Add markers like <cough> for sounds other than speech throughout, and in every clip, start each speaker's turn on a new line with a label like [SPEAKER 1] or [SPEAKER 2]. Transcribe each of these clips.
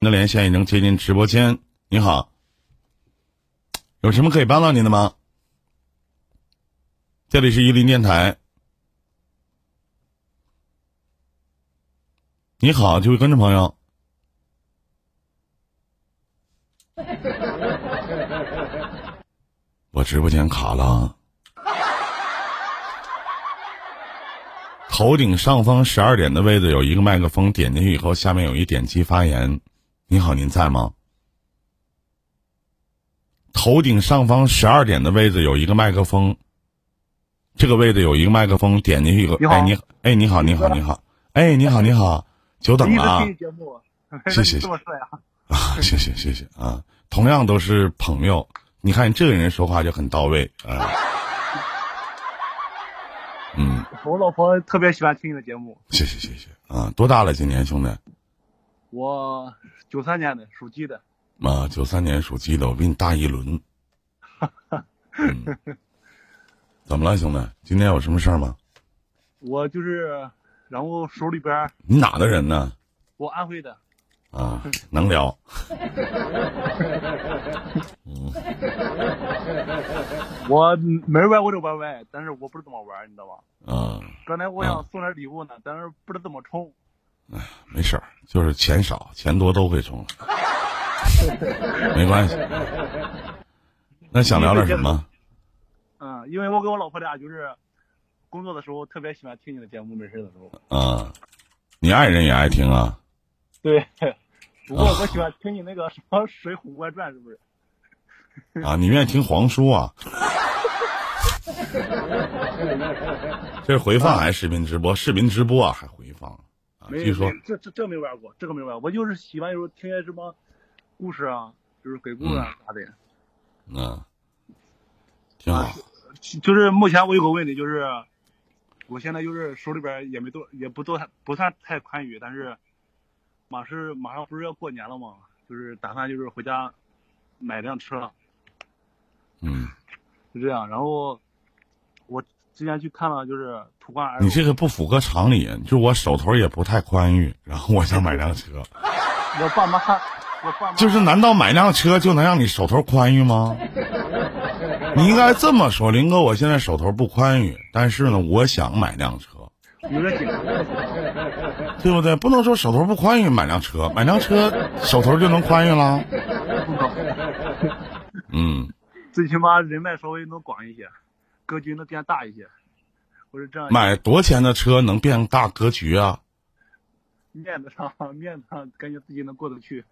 [SPEAKER 1] 那连线已经接进直播间。你好，有什么可以帮到您的吗？这里是伊林电台。你好，这位观众朋友，我直播间卡了啊。头顶上方十二点的位置有一个麦克风，点进去以后，下面有一点击发言。你好，您在吗？头顶上方十二点的位置有一个麦克风，这个位置有一个麦克风，点进去以后，
[SPEAKER 2] 你好
[SPEAKER 1] 哎你哎你好你好你好，哎你好你好，久等
[SPEAKER 2] 第一
[SPEAKER 1] 了
[SPEAKER 2] 次
[SPEAKER 1] 啊
[SPEAKER 2] 听你节目， <laughs>
[SPEAKER 1] 谢谢
[SPEAKER 2] 这么帅啊！
[SPEAKER 1] 啊， <laughs> 谢谢谢谢啊，同样都是朋友，你看这个人说话就很到位啊，嗯，
[SPEAKER 2] 我老婆特别喜欢听你的节目，
[SPEAKER 1] 谢谢谢谢啊，多大了今年兄弟？
[SPEAKER 2] 我九三年的，属鸡的，
[SPEAKER 1] 啊，九三年属鸡的，我比你大一轮。嗯、怎么了，兄弟？今天有什么事儿吗？
[SPEAKER 2] 我就是，然后手里边儿
[SPEAKER 1] 你哪的人呢？
[SPEAKER 2] 我安徽的，
[SPEAKER 1] 啊，能聊。
[SPEAKER 2] 我门外我得歪歪，但是我不知道怎么玩，你知道吧？
[SPEAKER 1] 啊，
[SPEAKER 2] 刚才我
[SPEAKER 1] 啊
[SPEAKER 2] 想送点礼物呢，但是不知道怎么充，
[SPEAKER 1] 没事儿，就是钱少钱多都会充，没关系。那想聊点什么？
[SPEAKER 2] 嗯，因为我跟我老婆俩就是工作的时候特别喜欢听你的节目，没事的时候，
[SPEAKER 1] 啊，你爱人也爱听啊？
[SPEAKER 2] 对。 <laughs> 不过
[SPEAKER 1] 啊
[SPEAKER 2] 我喜欢听你那个什么《水浒外传》，是不是？
[SPEAKER 1] 啊，你愿意听黄叔啊？这是回放还是视频直播？视频直播啊，还回放啊？
[SPEAKER 2] 没
[SPEAKER 1] 据说
[SPEAKER 2] 没这这这没玩过，这个没玩过。我就是喜欢有时候听些什么故事啊，就是鬼故事啊啥的。
[SPEAKER 1] 嗯，挺好。
[SPEAKER 2] 就是目前我有个问题，就是我现在就是手里边也没多，也不多不算太宽裕，但是马是马上不是要过年了嘛，就是打算就是回家买辆车，
[SPEAKER 1] 嗯，
[SPEAKER 2] 就这样。然后我之前去看了就是途观 L，
[SPEAKER 1] 你这个不符合常理，就是我手头也不太宽裕，然后我想买辆车，
[SPEAKER 2] 我爸妈，我爸妈
[SPEAKER 1] 就是难道买辆车就能让你手头宽裕吗？你应该这么说，林哥，我现在手头不宽裕，但是呢，我想买辆车，
[SPEAKER 2] 有点紧张。
[SPEAKER 1] 对不对？不能说手头不宽裕买辆车，买辆车手头就能宽裕
[SPEAKER 2] <laughs>
[SPEAKER 1] 了。嗯，
[SPEAKER 2] 最起码人脉稍微能广一些，格局能变大一些。我是这样
[SPEAKER 1] 买多钱的车能变大格局啊？
[SPEAKER 2] 面子上， <laughs> 面子上感觉自己能过得去。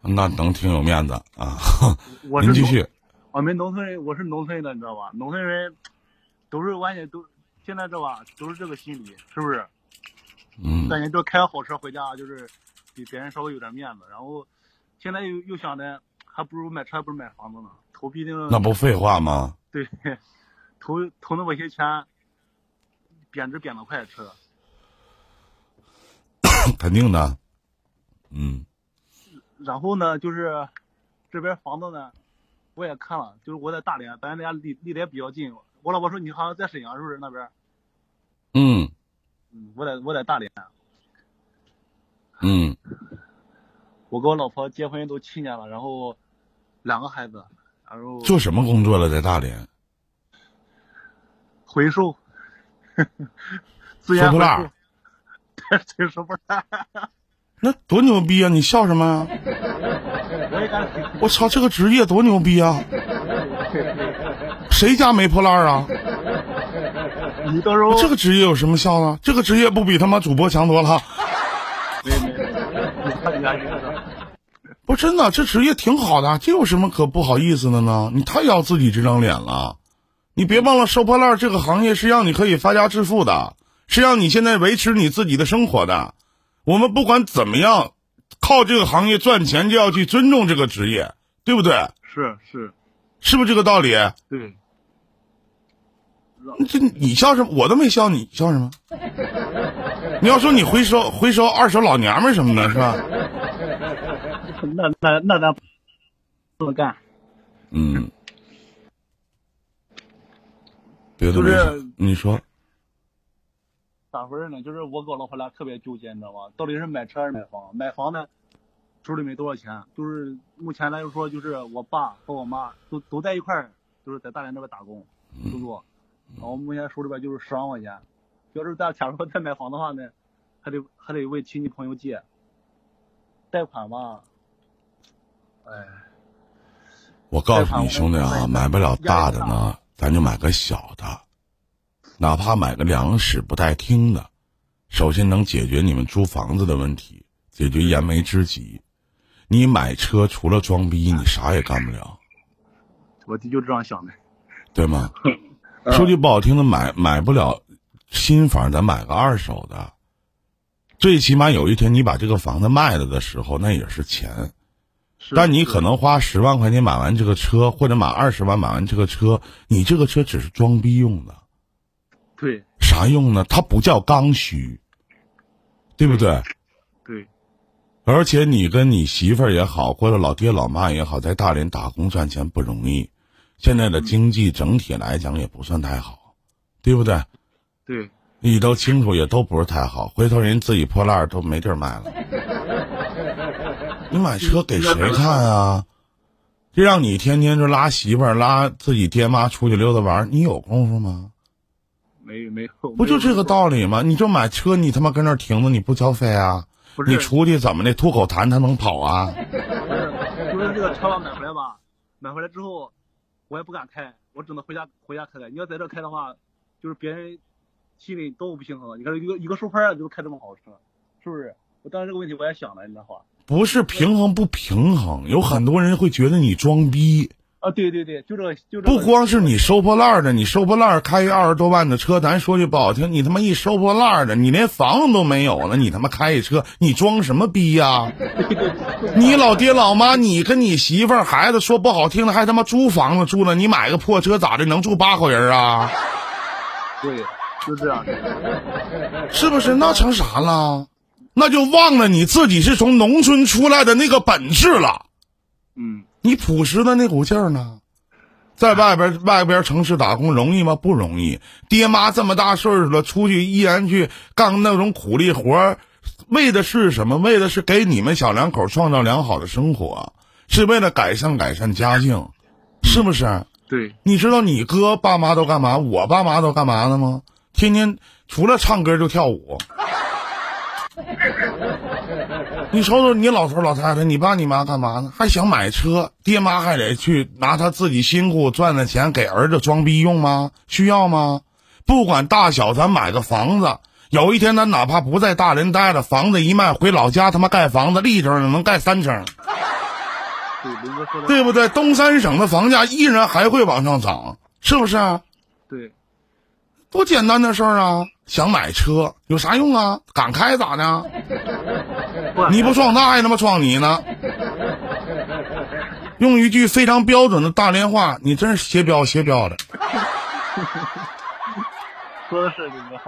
[SPEAKER 1] 那能挺有面子啊。
[SPEAKER 2] <laughs> 我是
[SPEAKER 1] 您继
[SPEAKER 2] 农
[SPEAKER 1] 续。
[SPEAKER 2] 我们农村人，我是农村的，你知道吧？农村人都是完全都现在这吧，都是这个心理，是不是？
[SPEAKER 1] 嗯
[SPEAKER 2] 感觉就开个好车回家，就是比别人稍微有点面子。然后现在又又想着，还不如买车，还不如买房子呢。投毕竟
[SPEAKER 1] 那不废话吗？ <laughs>
[SPEAKER 2] 对， <laughs> 投投那么些钱，贬值贬得快，车。
[SPEAKER 1] 肯定的。嗯
[SPEAKER 2] 然后呢，就是这边房子呢，我也看了，就是我在大连，咱俩离离得也比较近。我老婆说你好像在沈阳，是不是那边？
[SPEAKER 1] 嗯
[SPEAKER 2] 嗯，我在我在大连，
[SPEAKER 1] 嗯
[SPEAKER 2] 我跟我老婆结婚都七年了，然后两个孩子，然后
[SPEAKER 1] 做什么工作了？在大连
[SPEAKER 2] 回收， <laughs>
[SPEAKER 1] 收
[SPEAKER 2] 资源
[SPEAKER 1] 破
[SPEAKER 2] 回
[SPEAKER 1] 烂儿
[SPEAKER 2] 收， <laughs> 对对，收破烂儿，
[SPEAKER 1] 那多牛逼啊！你笑什么呀？
[SPEAKER 2] <laughs> 我也敢提提
[SPEAKER 1] 我操，这个职业多牛逼啊！谁家没破烂儿啊？
[SPEAKER 2] 你到时候
[SPEAKER 1] 这个职业有什么笑呢？这个职业不比他妈主播强多了？
[SPEAKER 2] 没没，你看你家这个， <laughs>
[SPEAKER 1] 不，真的，这职业挺好的，这有什么可不好意思的呢？你太要自己这张脸了，你别忘了收破烂儿这个行业是让你可以发家致富的，是让你现在维持你自己的生活的。我们不管怎么样，靠这个行业赚钱就要去尊重这个职业，对不对？
[SPEAKER 2] 是是，
[SPEAKER 1] 是不是这个道理？
[SPEAKER 2] 对，
[SPEAKER 1] 这你笑什么？我都没笑，你笑什么？你要说你回收回收二手老娘们儿什么的，是吧？
[SPEAKER 2] 那那那咱不能干。
[SPEAKER 1] 嗯，别的
[SPEAKER 2] 就
[SPEAKER 1] 没
[SPEAKER 2] 是
[SPEAKER 1] 啥，你说
[SPEAKER 2] 咋回事呢？就是我跟我老婆俩特别纠结，你知道吗？到底是买车还是买房？买房呢，手里没多少钱，就是目前来说，就是我爸和我妈都都在一块儿，就是在大连这边打工工作，然后目前手里边就是十万块钱，要是再假如说再买房的话呢，还得还得问亲戚朋友借，贷款吧，哎，
[SPEAKER 1] 我告诉你，兄弟啊，买不了大的呢，咱就买个小的，哪怕买个两室不带厅的，首先能解决你们租房子的问题，解决燃眉之急。你买车除了装逼，你啥也干不了，
[SPEAKER 2] 我就这样想的。
[SPEAKER 1] 对吗？
[SPEAKER 2] 嗯
[SPEAKER 1] 说句不好听的，买买不了新房，咱买个二手的，最起码有一天你把这个房子卖了的时候，那也是钱。
[SPEAKER 2] 是
[SPEAKER 1] 但你可能花十万块钱买完这个车，或者买二十万买完这个车，你这个车只是装逼用的，
[SPEAKER 2] 对
[SPEAKER 1] 啥用呢？它不叫刚需，对不
[SPEAKER 2] 嗯
[SPEAKER 1] 对？
[SPEAKER 2] 对
[SPEAKER 1] 而且你跟你媳妇儿也好，或者老爹老妈也好，在大连打工赚钱不容易，现在的经济整体来讲也不算太好，对不对？
[SPEAKER 2] 对，
[SPEAKER 1] 你都清楚，也都不是太好。回头人自己破烂儿都没地儿卖了，你买车给谁看啊？这让你天天就拉媳妇儿、拉自己爹妈出去溜达玩儿，你有功夫吗？
[SPEAKER 2] 没没有，
[SPEAKER 1] 不就这个
[SPEAKER 2] 理？
[SPEAKER 1] 道理吗？你就买车，你他妈跟那儿停着，你不交费啊？
[SPEAKER 2] 不是
[SPEAKER 1] 你出去怎么的？吐口痰他能跑啊？
[SPEAKER 2] <laughs> 就是这个车吧，买回来吧，买回来之后，我也不敢开，我只能回家回家开开。你要在这开的话，就是别人心里都不平衡。你看一个一个收牌儿的啊都开这么好的车，是不是？我当时这个问题我也想了，你知道吧？
[SPEAKER 1] 不是平衡不平衡，有很多人会觉得你装逼。
[SPEAKER 2] 啊，对对对，就这个就这个。
[SPEAKER 1] 不光是你收破烂儿的，你收破烂儿开一二十多万的车，咱说句不好听，你他妈一收破烂儿的，你连房子都没有了，你他妈开一车，你装什么逼呀、你老爹老妈，你跟你媳妇儿孩子说不好听的，还他妈租房子住呢，你买个破车咋的，能住八口人啊？
[SPEAKER 2] 对，就这样。
[SPEAKER 1] 是不是？那成啥了？那就忘了你自己是从农村出来的那个本质了。
[SPEAKER 2] 嗯，
[SPEAKER 1] 你朴实的那股劲儿呢？在外边外边城市打工容易吗？不容易。爹妈这么大岁数了，出去依然去干那种苦力活儿，为的是什么？为的是给你们小两口创造良好的生活，是为了改善改善家境，是不是？
[SPEAKER 2] 对
[SPEAKER 1] 你知道你哥爸妈都干嘛，我爸妈都干嘛的吗？天天除了唱歌就跳舞。你瞅瞅你老头老太太，你爸你妈干嘛呢？还想买车，爹妈还得去拿他自己辛苦赚的钱给儿子装逼用吗？需要吗？不管大小，咱买个房子，有一天咱哪怕不在大连待了，房子一卖回老家，他妈盖房子立正能盖三层。
[SPEAKER 2] 对，林哥说的
[SPEAKER 1] 对不对？东三省的房价依然还会往上涨，是不是啊？
[SPEAKER 2] 对，
[SPEAKER 1] 多简单的事儿啊！想买车有啥用啊？敢开咋的？
[SPEAKER 2] 不
[SPEAKER 1] 你不撞他还他妈撞你呢！用一句非常标准的大连话，你真是邪标邪标的，
[SPEAKER 2] 说的是林哥。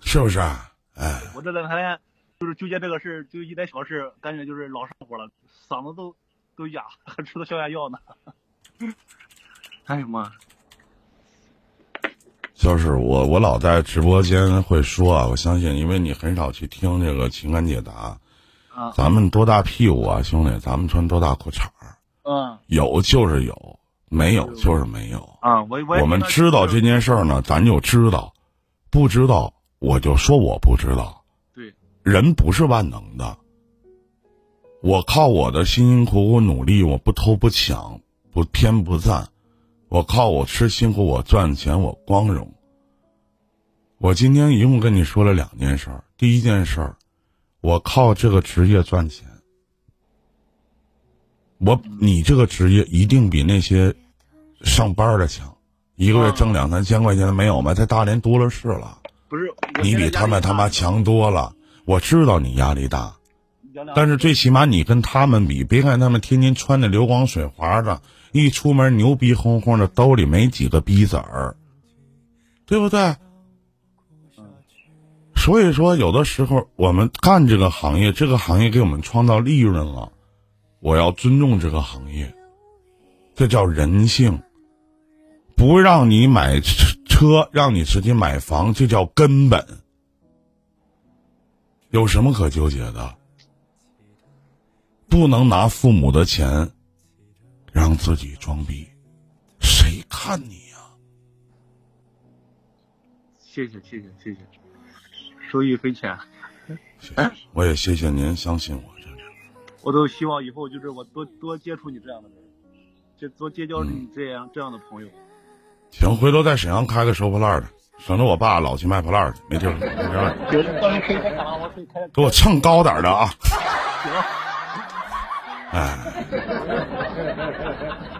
[SPEAKER 1] 是不是啊？哎，
[SPEAKER 2] 我这两天就是纠结这个事儿，就一点小事，感觉就是老上火了，嗓子都都哑， <laughs> 还吃了消炎药呢。 <laughs> 哎呀妈！
[SPEAKER 1] 就是我，我老在直播间会说啊，我相信，因为你很少去听这个情感解答，
[SPEAKER 2] 啊，
[SPEAKER 1] 咱们多大屁股啊，兄弟，咱们穿多大裤衩儿
[SPEAKER 2] 嗯
[SPEAKER 1] 有就是有，没有就是没有。
[SPEAKER 2] 啊，我我也
[SPEAKER 1] 我们知道这件事儿呢，咱就知道；不知道，我就说我不知道。
[SPEAKER 2] 对
[SPEAKER 1] 人不是万能的，我靠我的辛辛苦苦努力，我不偷不抢，不偏不占，我靠我吃辛苦我赚钱，我光荣。我今天一共跟你说了两件事儿，第一件事儿，我靠这个职业赚钱。我你这个职业一定比那些上班的强，一个月挣两三千块钱的没有吗？在大连多了是了，
[SPEAKER 2] 不是
[SPEAKER 1] 你比他们他妈，强多了。我知道你压力大，但
[SPEAKER 2] 是
[SPEAKER 1] 是最起码你跟他们比，别看他们天天穿的流光水滑的，一出门牛逼哄哄的，兜里没几个逼子儿，对不对？所以说，有的时候我们干这个行业，这个行业给我们创造利润了，我要尊重这个行业，这叫人性。不让你买车车，让你直接买房，这叫根本。有什么可纠结的？不能拿父母的钱让自己装逼，谁看你啊呀、
[SPEAKER 2] 谢谢谢谢谢谢，受益匪浅。
[SPEAKER 1] 我也谢谢您相信我，真的。
[SPEAKER 2] 我都希望以后就是我多多接触你这样的人，就多结交
[SPEAKER 1] 嗯
[SPEAKER 2] 你这样、这样的
[SPEAKER 1] <laughs>
[SPEAKER 2] 朋友。
[SPEAKER 1] 行，回头在沈阳开个收破烂儿的，省得我爸老去卖破烂儿去，没地儿没地儿卖。
[SPEAKER 2] 就是到时候可以开卡拉 OK 开
[SPEAKER 1] 给我蹭高点儿的啊！
[SPEAKER 2] 行，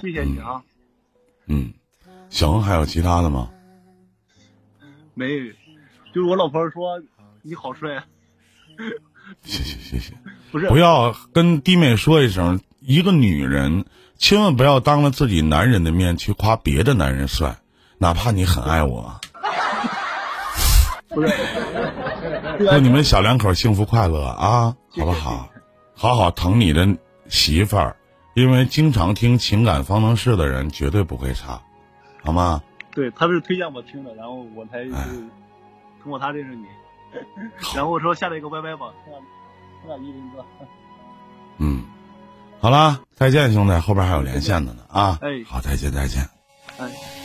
[SPEAKER 2] 谢谢你啊，
[SPEAKER 1] 嗯，行，还有其他的吗？
[SPEAKER 2] 没，就是我老婆说你好帅，啊
[SPEAKER 1] 谢谢谢谢。
[SPEAKER 2] 不是
[SPEAKER 1] 不要跟弟妹说一声，一个女人千万不要当着自己男人的面去夸别的男人帅，哪怕你很爱我。啊
[SPEAKER 2] 不
[SPEAKER 1] <laughs>
[SPEAKER 2] 是，
[SPEAKER 1] 祝你们小两口幸福快乐啊，好不好？好好疼你的媳妇儿，因为经常听情感方程式的人绝对不会差，好吗？
[SPEAKER 2] 对他是推荐我听的，然后我才
[SPEAKER 1] 哎
[SPEAKER 2] 就是通过他认识你，然后我说下载一个 YY 吧，看看看看一林哥，
[SPEAKER 1] 嗯，好啦，再见，兄弟，后边还有连线的呢啊！
[SPEAKER 2] 哎
[SPEAKER 1] 好，再见，再见。
[SPEAKER 2] 哎。